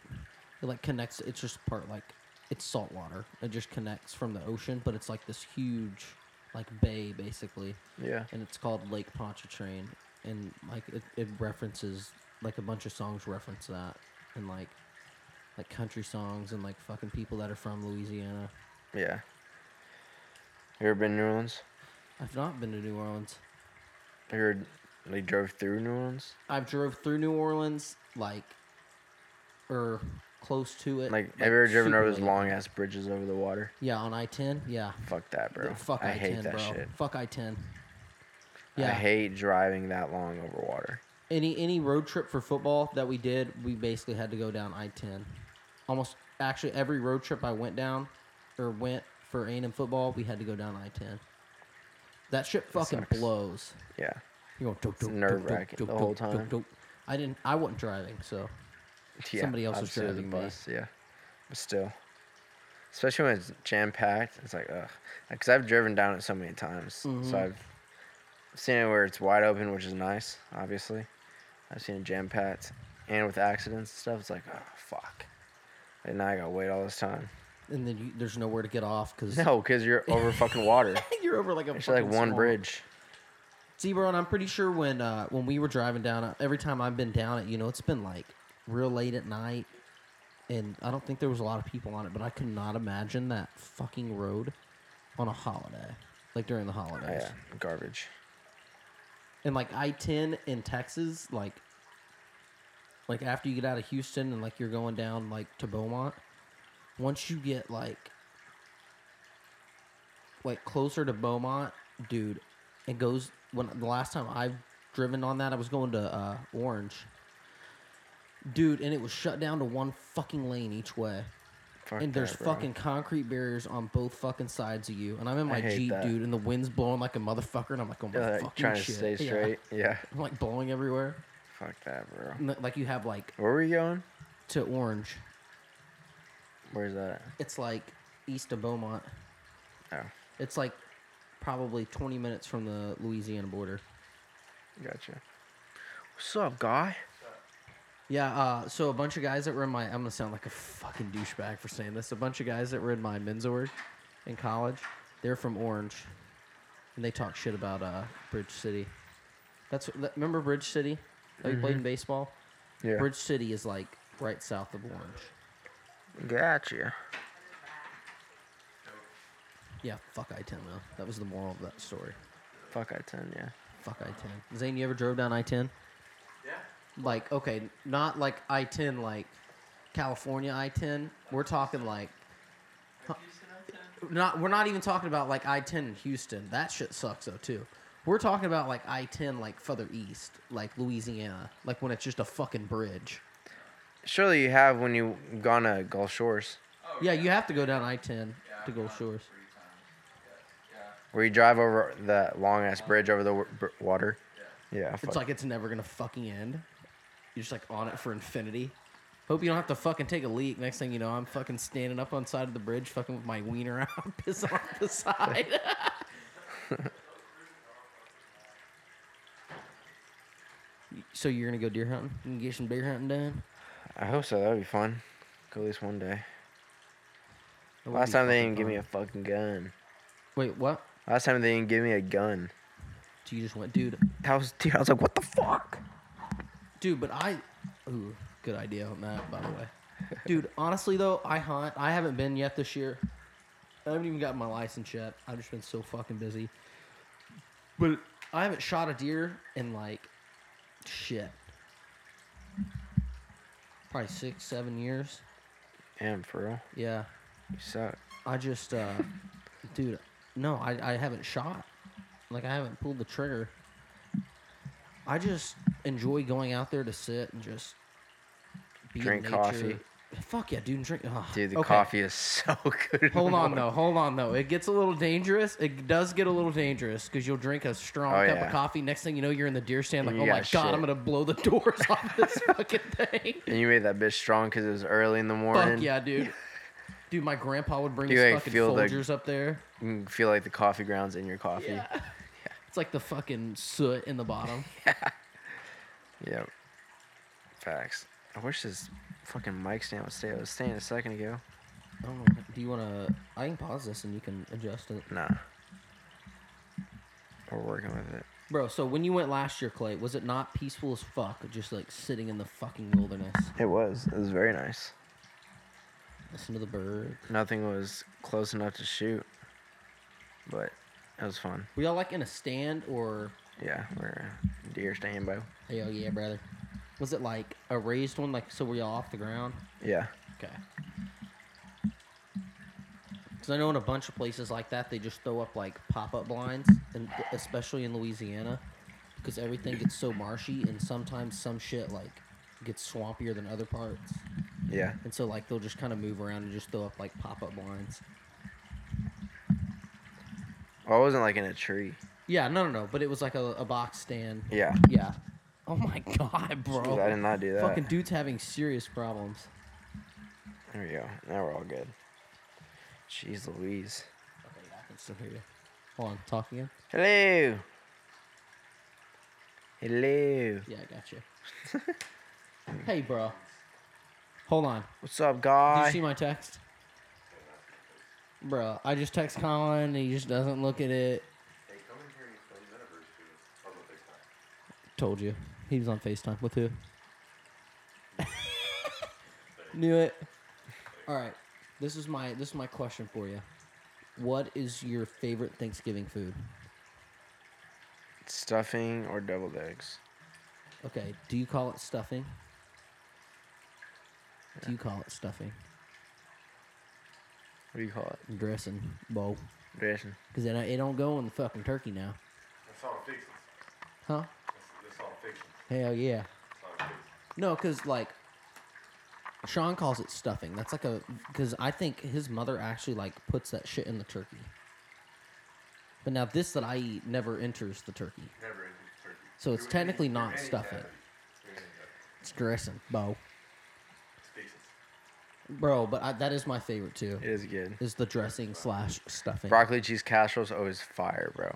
S3: it like connects. It's just part like it's salt water. It just connects from the ocean, but it's like this huge, like bay basically,
S2: Yeah.
S3: and it's called Lake Pontchartrain. And like it, it references like a bunch of songs reference that, and like like country songs and like fucking people that are from Louisiana.
S2: Yeah. You ever been to New Orleans?
S3: I've not been to New Orleans.
S2: You ever like drove through New Orleans?
S3: I've drove through New Orleans, like, or close to it.
S2: Like, have you ever driven
S3: super
S2: over those
S3: late.
S2: long ass bridges over the water?
S3: Yeah, on I ten. Yeah,
S2: Fuck that, bro.
S3: Th- fuck
S2: I
S3: I
S2: hate
S3: ten,
S2: that
S3: bro.
S2: shit.
S3: Fuck I ten.
S2: I
S3: Yeah,
S2: hate driving that long over water.
S3: any any road trip for football that we did, we basically had to go down I ten. Almost actually every road trip I went down or went for A and M football, we had to go down I ten. That shit fucking
S2: sucks.
S3: blows.
S2: Yeah.
S3: You go dope, dope,
S2: nerve-wracking the whole time.
S3: I didn't. I wasn't driving, so
S2: yeah
S3: Somebody else was
S2: obviously it
S3: driving me.
S2: Yeah. But still. Especially when it's jam packed. It's like, ugh. Because I've driven down it so many times.
S3: Mhm.
S2: So I've seen it where it's wide open, which is nice, obviously. I've seen it jam packed. And with accidents and stuff, it's like, oh, fuck. And now I gotta wait all this time.
S3: and then you, there's nowhere to get off because
S2: No, because you're over fucking water.
S3: You're over like a
S2: It's like
S3: fucking
S2: one
S3: swamp.
S2: bridge.
S3: See, bro, and I'm pretty sure when uh, when we were driving down, uh, every time I've been down it, you know, it's been like real late at night, and I don't think there was a lot of people on it, but I could not imagine that fucking road on a holiday, like during the holidays,
S2: Yeah, garbage.
S3: and like I-10 in Texas, like like after you get out of Houston and like you're going down like to Beaumont, once you get like like closer to Beaumont, dude, it goes when the last time I've driven on that I was going to uh Orange. Dude, and it was shut down to one fucking lane each way.
S2: Fuck
S3: and there's
S2: that, bro.
S3: fucking concrete barriers on both fucking sides of you. And I'm in my
S2: hate
S3: Jeep,
S2: that.
S3: dude, and the wind's blowing like a motherfucker and I'm like, oh my
S2: Yeah, like,
S3: fucking
S2: trying
S3: shit.
S2: to stay
S3: Yeah.
S2: straight. Yeah.
S3: I'm like blowing everywhere.
S2: Fuck that, bro.
S3: And, like you have like
S2: Where were you going?
S3: to Orange.
S2: Where's that?
S3: It's like east of Beaumont.
S2: Oh,
S3: It's like probably 20 minutes from the Louisiana border.
S2: gotcha. What's up, guy?
S3: Yeah, uh, so a bunch of guys that were in my I'm gonna sound like a fucking douchebag for saying this. A bunch of guys that were in my men's org in college, they're from Orange. And they talk shit about uh, Bridge City. That's that- remember Bridge City? That we played in baseball?
S2: Yeah.
S3: Bridge City is like right south of Orange.
S2: Gotcha.
S3: Yeah, fuck I ten though. That was the moral of that story.
S2: Fuck I ten, yeah.
S3: Fuck I ten. Zane, you ever drove down I ten? Yeah. Like okay, not like I ten, like California I ten. We're talking like. Not we're not even talking about like I ten in Houston. That shit sucks though too. We're talking about like I ten like further east, like Louisiana, like when it's just a fucking bridge.
S2: Surely you have when you gone to Gulf Shores,
S3: Oh, yeah, you have to go down I ten to Gulf Shores.
S2: where you drive over that long ass bridge over the w- br- water. Yeah. Yeah.
S3: It's like it's never gonna fucking end. You're just like on it for infinity. Hope you don't have to fucking take a leak. Next thing you know, I'm fucking standing up on the side of the bridge, fucking with my wiener out, piss on the side. so you're gonna go deer hunting? You can get some deer hunting done.
S2: I hope so. That'd be fun. Go at least one day.
S3: That would
S2: Last
S3: be
S2: time they
S3: fucking
S2: didn't give
S3: fun.
S2: me a fucking gun.
S3: Wait, what?
S2: Last time they didn't give me a gun.
S3: So you just went, dude,
S2: I was, dude, I was like, what the fuck?
S3: Dude, but I. Ooh, good idea on that, by the way. Dude, honestly, though, I hunt. I haven't been yet this year. I haven't even gotten my license yet. I've just been so fucking busy. But I haven't shot a deer in like. shit. Probably six, seven years.
S2: Damn, for real.
S3: Yeah.
S2: You suck.
S3: I just. uh Dude, no, I, I haven't shot. Like, I haven't pulled the trigger. I just enjoy going out there to sit and just be in
S2: Drink
S3: nature.
S2: coffee.
S3: Fuck yeah, dude, drink. ugh.
S2: Dude, the
S3: Okay.
S2: coffee is so good. in the
S3: Hold on
S2: morning.
S3: though, hold on though. It gets a little dangerous. It does get a little dangerous because you'll drink a strong
S2: Oh,
S3: cup
S2: yeah.
S3: of coffee. Next thing you know, you're in the deer stand. Like,
S2: You
S3: oh my
S2: got
S3: god,
S2: shit.
S3: I'm gonna blow the doors off this fucking thing.
S2: And you made that bitch strong because it was early in the morning.
S3: Fuck yeah, dude. Dude, my grandpa would bring
S2: You
S3: his
S2: ain't
S3: fucking
S2: feel the-
S3: soldiers up there.
S2: You can feel like the coffee grounds in your coffee.
S3: Yeah. It's like the fucking soot in the bottom.
S2: Yep. Facts. I wish this fucking mic stand would stay. It was staying a second ago.
S3: I don't know. Do you want to? I can pause this and you can adjust it,
S2: Nah. We're working with it.
S3: bro. So when you went last year, Clay, was it not peaceful as fuck? Just like sitting in the fucking wilderness,
S2: It was. It was very nice.
S3: listen to the birds.
S2: Nothing was close enough to shoot, but it was fun.
S3: Were y'all like in a stand or?
S2: Yeah, we're deer stand bow.
S3: Hell yeah, brother. Was it like a raised one? Like so, were y'all off the ground?
S2: Yeah.
S3: Okay. Because I know in a bunch of places like that, they just throw up like pop-up blinds, and especially in Louisiana, because everything gets so marshy, and sometimes some shit like gets swampier than other parts,
S2: Yeah.
S3: and so like they'll just kind of move around and just throw up like pop-up blinds.
S2: Well, I wasn't like in a tree.
S3: Yeah, no, no, no. But it was like a, a box stand.
S2: Yeah.
S3: Yeah. Oh my god, bro!
S2: Dude, I did not do that.
S3: Fucking dude's having serious problems.
S2: There we go. Now we're all good. Jeez Louise.
S3: Okay, I can still hear you. Hold on, talk again.
S2: Hello. Hello.
S3: Yeah, I got you. hey, bro. Hold on.
S2: What's up,
S3: Did you
S2: guy?
S3: see my text? Bro, I just text Colin. He just doesn't look at it.
S1: Hey, come in here and play Metaverse with us. Oh, no, there's not.
S3: Told you. He was on FaceTime with who? Knew it. All right. This is my this is my question for you. What is your favorite Thanksgiving food?
S2: Stuffing or deviled eggs?
S3: Okay, do you call it stuffing? Do you call it stuffing?
S2: What do you call it?
S3: Dressing, bowl.
S2: Dressing.
S3: Because it, it don't go in the fucking turkey now.
S1: That's all fiction.
S3: Huh?
S1: That's, that's all fiction.
S3: Hell yeah.
S1: That's all fiction.
S3: No, because like Sean calls it stuffing. That's like a because I think his mother actually like puts that shit in the turkey. But now this that I eat never enters the turkey,
S1: Never ended turkey.
S3: so it's technically not stuffing.
S1: You're gonna end
S3: It's dressing, bo,
S1: up- It's fiction.
S3: bro. But I, that is my favorite too.
S2: It is good.
S3: Is the dressing slash stuffing?
S2: Broccoli cheese casserole's always fire, bro.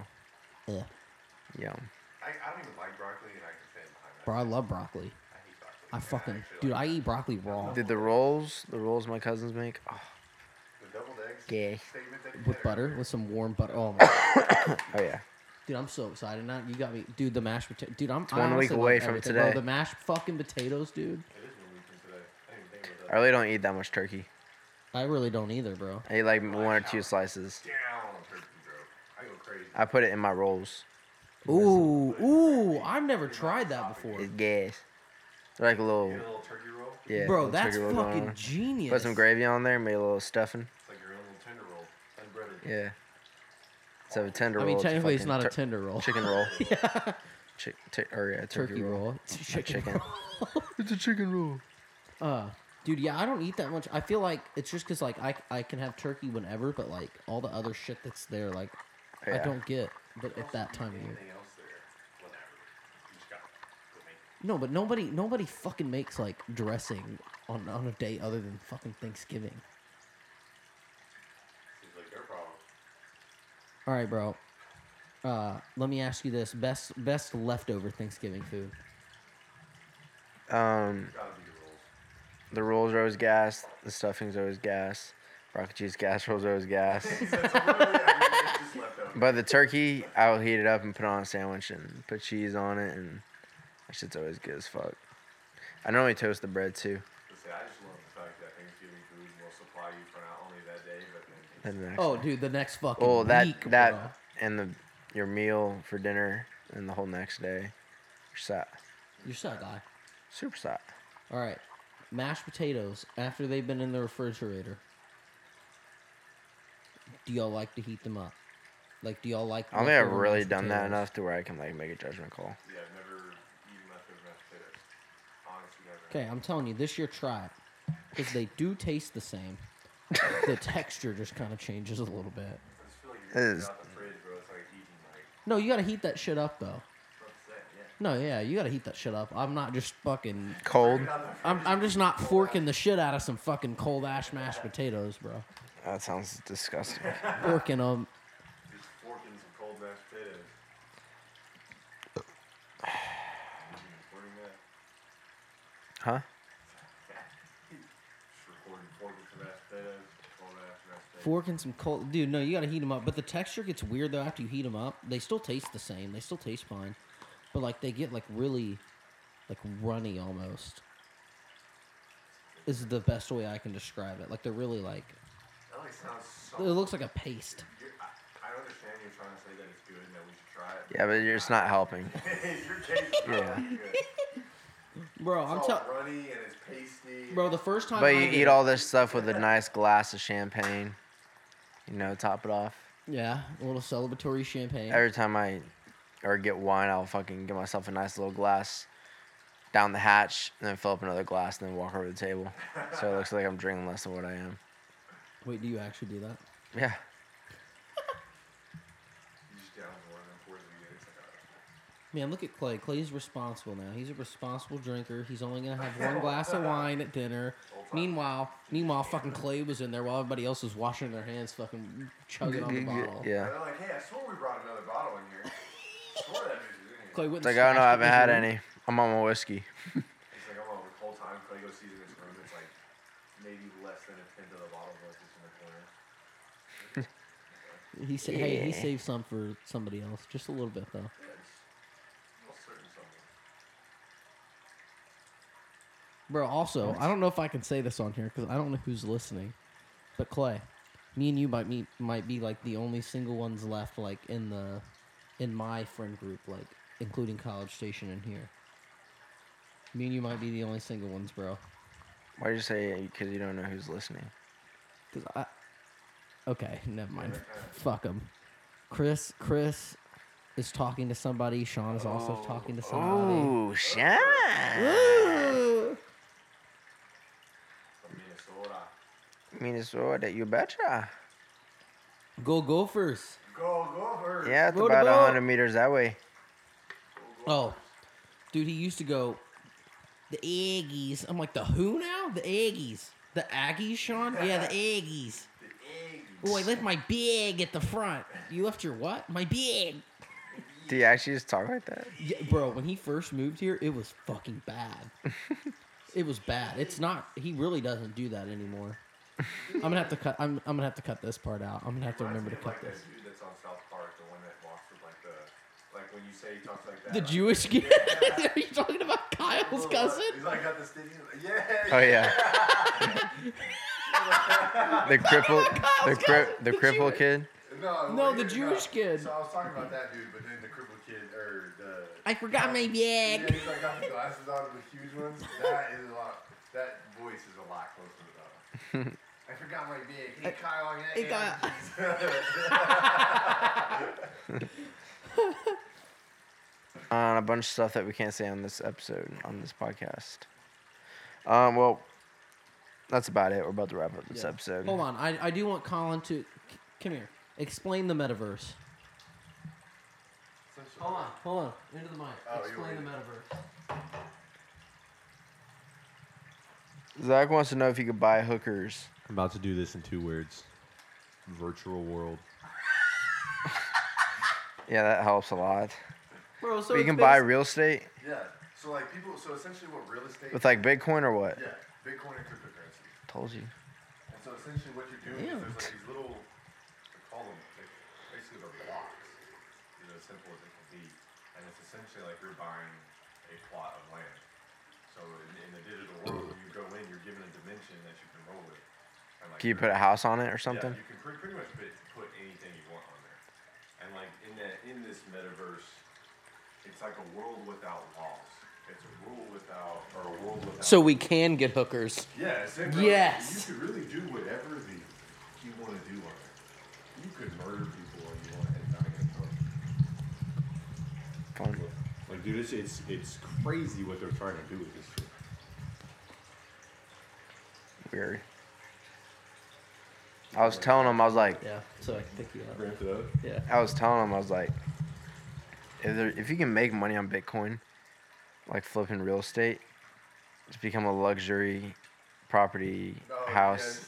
S3: Ugh.
S2: Yum.
S1: I, I don't even like broccoli, and I can stand behind that.
S3: Bro, I love broccoli.
S1: I hate broccoli.
S3: I
S1: And
S3: fucking
S1: actually
S3: dude,
S1: like
S3: I eat broccoli raw
S2: Did the rolls, the rolls my cousins make? Oh,
S1: the doubled eggs
S2: Yeah.
S1: statement that you
S3: with
S1: had
S3: butter, with some warm butter. Oh my
S2: oh yeah.
S3: Dude, I'm so excited now. You got me, dude. The mashed potato, dude.
S2: one
S3: I'm I
S2: week
S3: honestly love
S2: away from
S3: everything,
S2: today.
S3: Bro, the mashed fucking potatoes, dude.
S1: earlier. It is one week from today. I didn't even think
S2: I
S1: about that.
S2: really don't eat that much turkey.
S3: I really don't either, bro.
S2: I eat like one or two slices.
S1: Down on turkey, bro. I go crazy.
S2: I put it in my rolls.
S3: Ooh, ooh, I've never tried that before,
S2: It's gas. They're like a little,
S1: Get a little turkey roll. It's
S2: yeah.
S3: bro.
S2: little
S3: That's
S2: turkey roll going
S3: fucking
S2: on.
S3: genius.
S2: Put some gravy on there, made a little stuffing.
S1: like your own little tender roll, unbreaded.
S2: Yeah. So a tender
S3: I
S2: roll.
S3: mean,
S2: is
S3: technically, it's
S2: fucking
S3: not a
S2: tur-
S3: tender roll.
S2: Chicken roll. yeah. Chick, t- or yeah, turkey,
S3: Turkey
S2: roll.
S3: roll. It's a chicken.
S2: chicken.
S3: roll.
S2: It's a chicken roll.
S3: Uh, dude, yeah, I don't eat that much. I feel like it's just because like I I can have turkey whenever, but like all the other shit that's there, like I
S2: Yeah.
S3: don't get. But at that time of year,
S1: Anything else there? Whatever. You just got to make it.
S3: no. But nobody nobody fucking makes like dressing on on a day other than fucking Thanksgiving.
S1: Seems like their problem.
S3: All right, bro. Uh, let me ask you this: best best leftover Thanksgiving food.
S1: It's
S2: Um,
S1: gotta be your rolls.
S2: the rolls are always gas. The stuffing's always gas. Broccoli cheese casserole's always gas.
S1: That's literally everything that's just left over.
S2: but the turkey, I'll heat it up and put on a sandwich and put cheese on it, and that shit's always good as fuck. I normally toast the bread too.
S1: Listen, I just love the fact that Thanksgiving food will supply you for not only that day, but then
S2: And the next
S3: Oh, dude, the next fucking
S2: oh, that
S3: week,
S2: that
S3: bro.
S2: and the your meal for dinner and the whole next day. You're set.
S3: You're so guy.
S2: Super set.
S3: All right, mashed potatoes after they've been in the refrigerator. Do y'all like to heat them up? Like, do y'all like?
S2: I don't think I've
S3: leftover
S2: really
S3: mashed
S2: done that
S3: potatoes?
S2: enough to where I can like make a judgment call.
S1: yeah, I've never eaten leftover
S3: Okay, I'm telling you, this year try it because they do taste the same. the texture just kind of changes a little bit.
S4: I just feel like you
S2: It
S4: it
S2: is-
S4: is. out the fridge, bro. It's like eating like
S3: No, you gotta heat that shit up though.
S4: upset. Yeah.
S3: No, yeah, you gotta heat that shit up. I'm not just fucking.
S2: Cold.
S3: I'm, I'm just not forking the shit out of some fucking cold ash mashed potatoes, bro.
S2: That sounds disgusting.
S3: Forking them.
S4: Just forking some cold mashed potatoes. Mm, Recording that.
S2: Huh?
S4: Just recording forking some mashed potatoes. Cold mashed mashed potatoes.
S3: Forking some cold. Dude, no, you gotta heat them up. But the texture gets weird though after you heat them up. They still taste the same. They still taste fine. But like they get like really, like runny almost. Is the best way I can describe it. Like they're really like.
S4: That like sounds so.
S3: It looks like a paste.
S4: You're, I, I understand you're trying to say that it's good and that we should try it.
S2: Yeah, but you're just not helping.
S4: Your case is
S2: Yeah.
S4: really good.
S3: Bro,
S4: It's
S3: I'm
S4: all
S3: telling.
S4: runny and it's pasty.
S3: Bro, the first time.
S2: But
S3: I
S2: you
S3: did
S2: eat
S3: it-
S2: all this stuff with a nice glass of champagne. You know, top it off.
S3: Yeah, a little celebratory champagne.
S2: Every time I or get wine, I'll fucking get myself a nice little glass down the hatch, and then fill up another glass, and then walk over to the table. So it looks like I'm drinking less than what I am.
S3: Wait, do you actually do that?
S2: Yeah.
S4: You just down one and pours it again. It's like, oh,
S3: Man, look at Clay. Clay's responsible now. He's a responsible drinker. He's only gonna have one glass of wine at dinner. Meanwhile, meanwhile, fucking Clay was in there while everybody else was washing their hands, fucking chugging on the bottle.
S2: Yeah.
S4: They're like, hey, I swore we brought another bottle in here. I swore that bitch was in here.
S3: Clay went.
S2: It's
S3: and
S2: like, oh no, I
S3: smashed it
S2: haven't
S3: in
S2: had
S3: his room.
S2: any. I'm on my whiskey.
S4: It's like, oh, the whole time Clay goes sees in his room, it's like maybe less than a tenth of the bottle was just in the corner.
S3: He said, "Hey, he
S2: Yeah.
S3: saved some for somebody else, just a little bit though."
S4: Yeah, just well, certain someone.
S3: Bro, also, I don't know if I can say this on here because I don't know who's listening, but Clay, me and you might meet might be like the only single ones left, like in the in my friend group, like including College Station in here. Me and you might be the only single ones, bro.
S2: Why'd you say? Because you don't know who's listening.
S3: Cause I, okay, never mind. Fuck him. Chris, Chris is talking to somebody. Sean is also
S2: Oh.
S3: talking to somebody.
S2: Ooh, shine.
S4: From Minnesota.
S2: Minnesota, you betcha.
S3: Go Gophers!
S4: Go, go, her.
S2: Yeah, it's
S3: Go to
S2: about
S3: Bo-
S2: 100 meters that way.
S3: Oh, dude, he used to go the Aggies. I'm like the who now? The Aggies. The Aggies, Sean? Yeah, the Aggies.
S4: The egg.
S3: Oh, I left my big at the front. You left your what? My big.
S2: Do you actually just talk like that?
S3: Yeah, bro, when he first moved here, it was fucking bad. it was bad. It's not. He really doesn't do that anymore. I'm gonna have to cut. I'm, I'm gonna have to cut this part out. I'm gonna have to
S4: Reminds
S3: remember to
S4: me of,
S3: cut
S4: like
S3: this.
S4: That dude that's on South Park, the one that walks with like the, like when you say he talks like that.
S3: The
S4: like,
S3: Jewish kid. Are you talking about Kyle's
S4: little-
S3: cousin?
S4: He's like got the stitches. Yeah.
S2: Oh yeah. the
S3: Oh
S2: cripple, the cri- the
S3: the
S2: cripple
S3: Jewish-
S2: kid.
S4: No,
S3: No,
S4: wait,
S3: the Jewish kid.
S4: So I was talking about that dude, but then the crippled kid or the.
S3: I forgot my
S4: Yeah,
S3: bag.
S4: he's like got the glasses on, the huge ones. That is a lot. That voice is a lot closer to that. one. I forgot my big. Hey, Kyle, yeah,
S3: Hey, Kyle.
S2: On Uh, a bunch of stuff that we can't say on this episode on this podcast. Um, well, that's about it. We're about to wrap up this
S3: Yeah.
S2: episode.
S3: Hold on, I, I do want Colin to c- come here. Explain the metaverse. Hold on, hold on. Into the mic.
S4: Oh, you
S3: Explain
S4: wait.
S3: the metaverse.
S2: Zach wants to know if you could buy hookers.
S5: I'm about to do this in two words. Virtual world.
S2: Yeah, that helps a lot.
S3: Bro, so
S2: But you
S3: it's
S2: can buy
S3: basi-
S2: real estate
S4: Yeah. So like people. So essentially, what real estate?
S2: with like Bitcoin or what?
S4: yeah, Bitcoin and cryptocurrency.
S2: Told you.
S4: And so essentially, what you're doing
S3: Damn.
S4: is there's like these little. I call them like, basically they're blocks. They're as simple as it can be, and it's essentially like you're buying a plot of land. So in, in the digital world, when you go in, you're given a dimension that you can roll with. And like
S2: Can you
S4: you're-
S2: put a house on it or something?
S4: Yeah, you can pretty, pretty much put, put anything you want on there. And like in that in this metaverse, it's like a world without laws. It's a rule without or a world without.
S3: So we can get hookers.
S4: yeah, it's it, bro.
S3: Yes.
S4: You could really do whatever the you want to do on it. You could murder people all you want and not get caught.
S2: Fun.
S4: Oh,
S5: Like, dude, it's, it's it's crazy what they're trying to do with this shit.
S2: Gary. I was telling him, I was like,
S3: Yeah, so I can pick you up.
S4: Ramp it up.
S3: Yeah.
S2: I was telling him, I was like, if, there, if you can make money on Bitcoin, like flipping real estate, it's become a luxury property
S4: Oh,
S2: house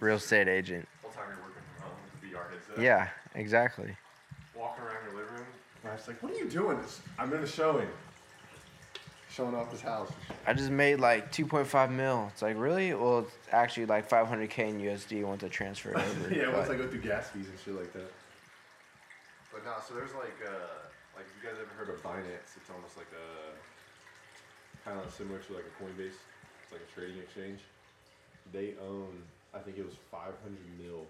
S2: real estate agent.
S4: Full time you're working from home with VR headset.
S2: Yeah, exactly.
S4: Walking around your living room.
S6: Life's like, what are you doing? It's- I'm in a showing. Showing off his house.
S2: I just made like 2.5 mil. It's like, really? Well, it's actually like 500K in USD once I transfer it over.
S6: yeah, once
S2: but-
S6: I go through gas fees and shit like that.
S4: But no, so there's like uh like if you guys ever heard of Binance, it's almost like a kind of similar to like a Coinbase. It's like a trading exchange. They own I think it was 500 mil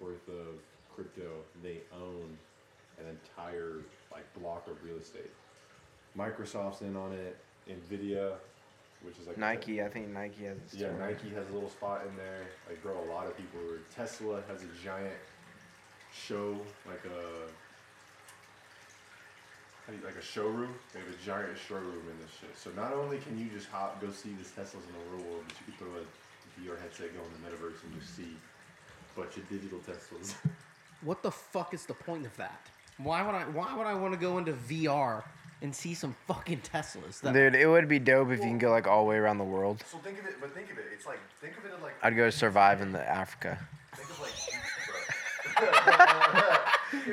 S4: worth of crypto. They own an entire like block of real estate. Microsoft's in on it. Nvidia, which is like a-
S2: Nike, I think Nike has a
S4: Yeah,
S2: store.
S4: Nike has a little spot in there. Like, bro, a lot of people. Were, Tesla has a giant show, like a how do you- like a showroom. They have a giant showroom in this shit. So not only can you just hop, go see these Teslas in the real world, but you can throw a VR headset, go in the metaverse, and just see a bunch of digital Teslas.
S3: What the fuck is the point of that? Why would I? Why would I want to go into VR and see some fucking Teslas? That
S2: Dude, it would be dope if you can go like all the way around the world.
S4: so think of it, but think of it. It's like think of it like
S2: I'd go survive in the Africa.
S4: think of like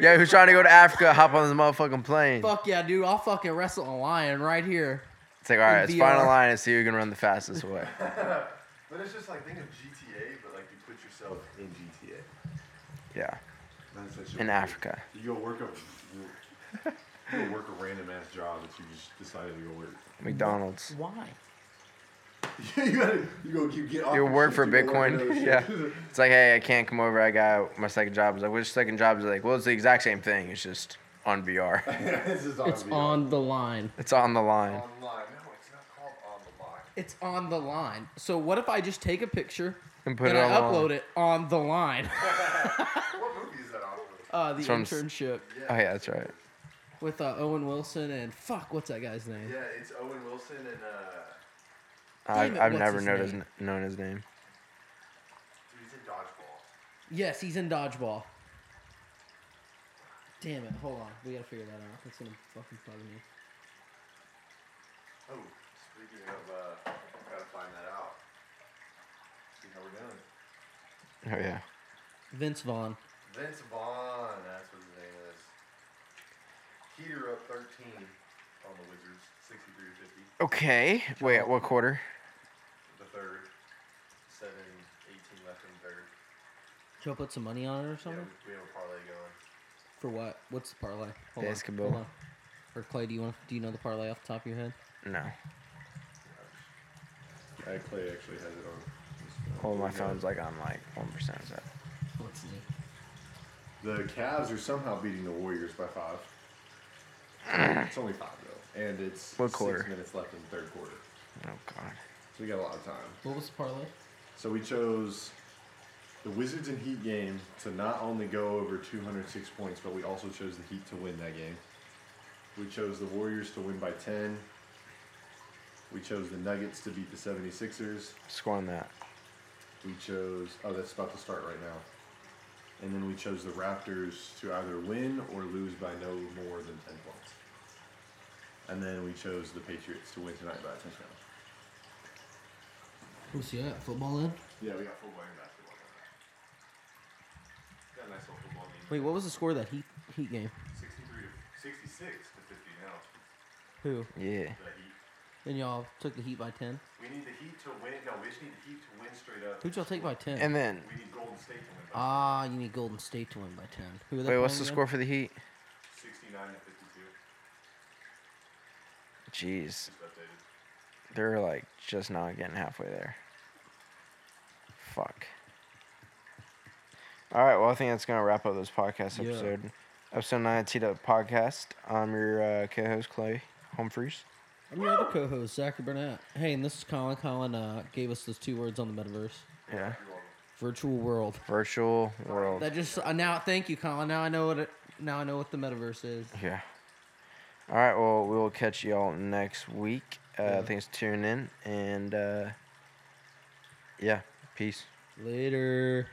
S2: Yeah, who's trying to go to Africa? Hop on this motherfucking plane.
S3: fuck yeah, dude! I'll fucking wrestle a lion right here.
S2: It's like, all right, let's
S3: In
S2: find a
S3: VR.
S2: line and see who can run the fastest way.
S4: But it's just like think of GTA, but like you put yourself in GTA.
S2: Yeah,
S4: That's what you-
S2: in Africa.
S4: You go work a you go work a random ass job that you just decided to go work.
S2: McDonald's.
S3: Why?
S6: you gotta, you go, you get off.
S2: You
S6: your
S2: work
S6: shit,
S2: for
S6: you go work another
S2: Bitcoin.
S6: shit.
S2: Yeah. It's like, hey, I can't come over. I got my second job. It's like, what's your second job? It's like, well, it's the exact same thing. It's just on VR.
S6: this is on
S3: It's
S6: video.
S3: on the line.
S2: It's on the line.
S4: Online. No, it's not called on the line.
S3: It's on the line. So what if I just take a picture
S2: And put
S3: and
S2: it
S3: I
S2: on the
S3: upload
S2: line.
S3: it on the line?
S4: What movie is that on? of?
S3: Uh, the
S2: That's what I'm s-
S3: internship
S2: Oh yeah, that's right.
S3: with uh, Owen Wilson and fuck, what's that guy's name?
S4: Yeah, it's Owen Wilson and uh
S2: I've,
S3: Damn it,
S2: I've
S3: what's
S2: never
S3: his
S2: noticed
S3: name?
S2: known his name.
S4: dude, he's in dodgeball.
S3: Yes, he's in dodgeball. Damn it! Hold on, we gotta figure that out. That's gonna fucking bug me.
S4: Oh, speaking of uh gotta find that out. See how we're doing.
S2: Oh yeah.
S3: Vince Vaughn.
S4: Vince Vaughn, that's what his name is. Heater up thirteen on the Wizards, sixty three fifty.
S2: Okay. Wait, what quarter?
S4: The third. Seven, eighteen left in the third.
S3: Should I put some money on it or
S4: Yeah,
S3: something?
S4: we, we have a parlay going.
S3: For what? What's the parlay? on,
S2: Basketball.
S3: on. Or Clay, do you want? Do you know the parlay off the top of your head?
S2: No.
S4: I Clay actually has it on.
S2: Oh, my phone's like on like one percent. So.
S3: Let's see.
S6: The Cavs are somehow beating the Warriors by five. it's only five though, and it's
S2: What
S6: six
S2: quarter?
S6: minutes left in the third quarter,
S2: Oh god.
S6: so we got a lot of time.
S3: What was the parlay?
S6: So we chose the Wizards and Heat game to not only go over 206 points, but we also chose the Heat to win that game. We chose the Warriors to win by 10. We chose the Nuggets to beat the 76ers.
S2: Score on that.
S6: We chose, oh, that's about to start right now. And then we chose the Raptors to either win or lose by no more than 10 points. And then we chose the Patriots to win tonight by a touchdown.
S3: Who's see that football in?
S6: Yeah, we got four.
S4: Football and basketball. Got a nice little football game.
S3: Wait, what was the score of that Heat Heat game?
S4: 63 to 66 to 50 now.
S3: Who?
S2: Yeah.
S4: The Heat.
S3: And y'all took the Heat by ten.
S4: We need the Heat to win. No, we just need the Heat to win straight up.
S3: Who'd y'all take by ten?
S2: And then
S4: We need Golden State to win by
S3: ah, you need Golden State to win by ten. Who are they
S2: wait, what's the
S3: playing
S2: score for the Heat?
S4: 69 to 52.
S2: Jeez,
S4: Just updated.
S2: they're like just not getting halfway there. Fuck. All right, well I think that's gonna wrap up this podcast
S3: Yeah.
S2: episode. Episode nine, teed up podcast. I'm your uh, co-host Clay Humphreys.
S3: again? I'm your other co-host, Zachary Burnett. Hey, and this is Colin. Colin uh, gave us those two words on the metaverse:
S2: Yeah.
S3: virtual world.
S2: Virtual world.
S3: That just uh, now. Thank you, Colin. Now I know what. It, now I know what the metaverse is.
S2: Yeah. All right. Well, we will catch y'all next week. Uh,
S3: Yeah.
S2: Thanks for tuning in, and uh, yeah, Peace.
S3: Later.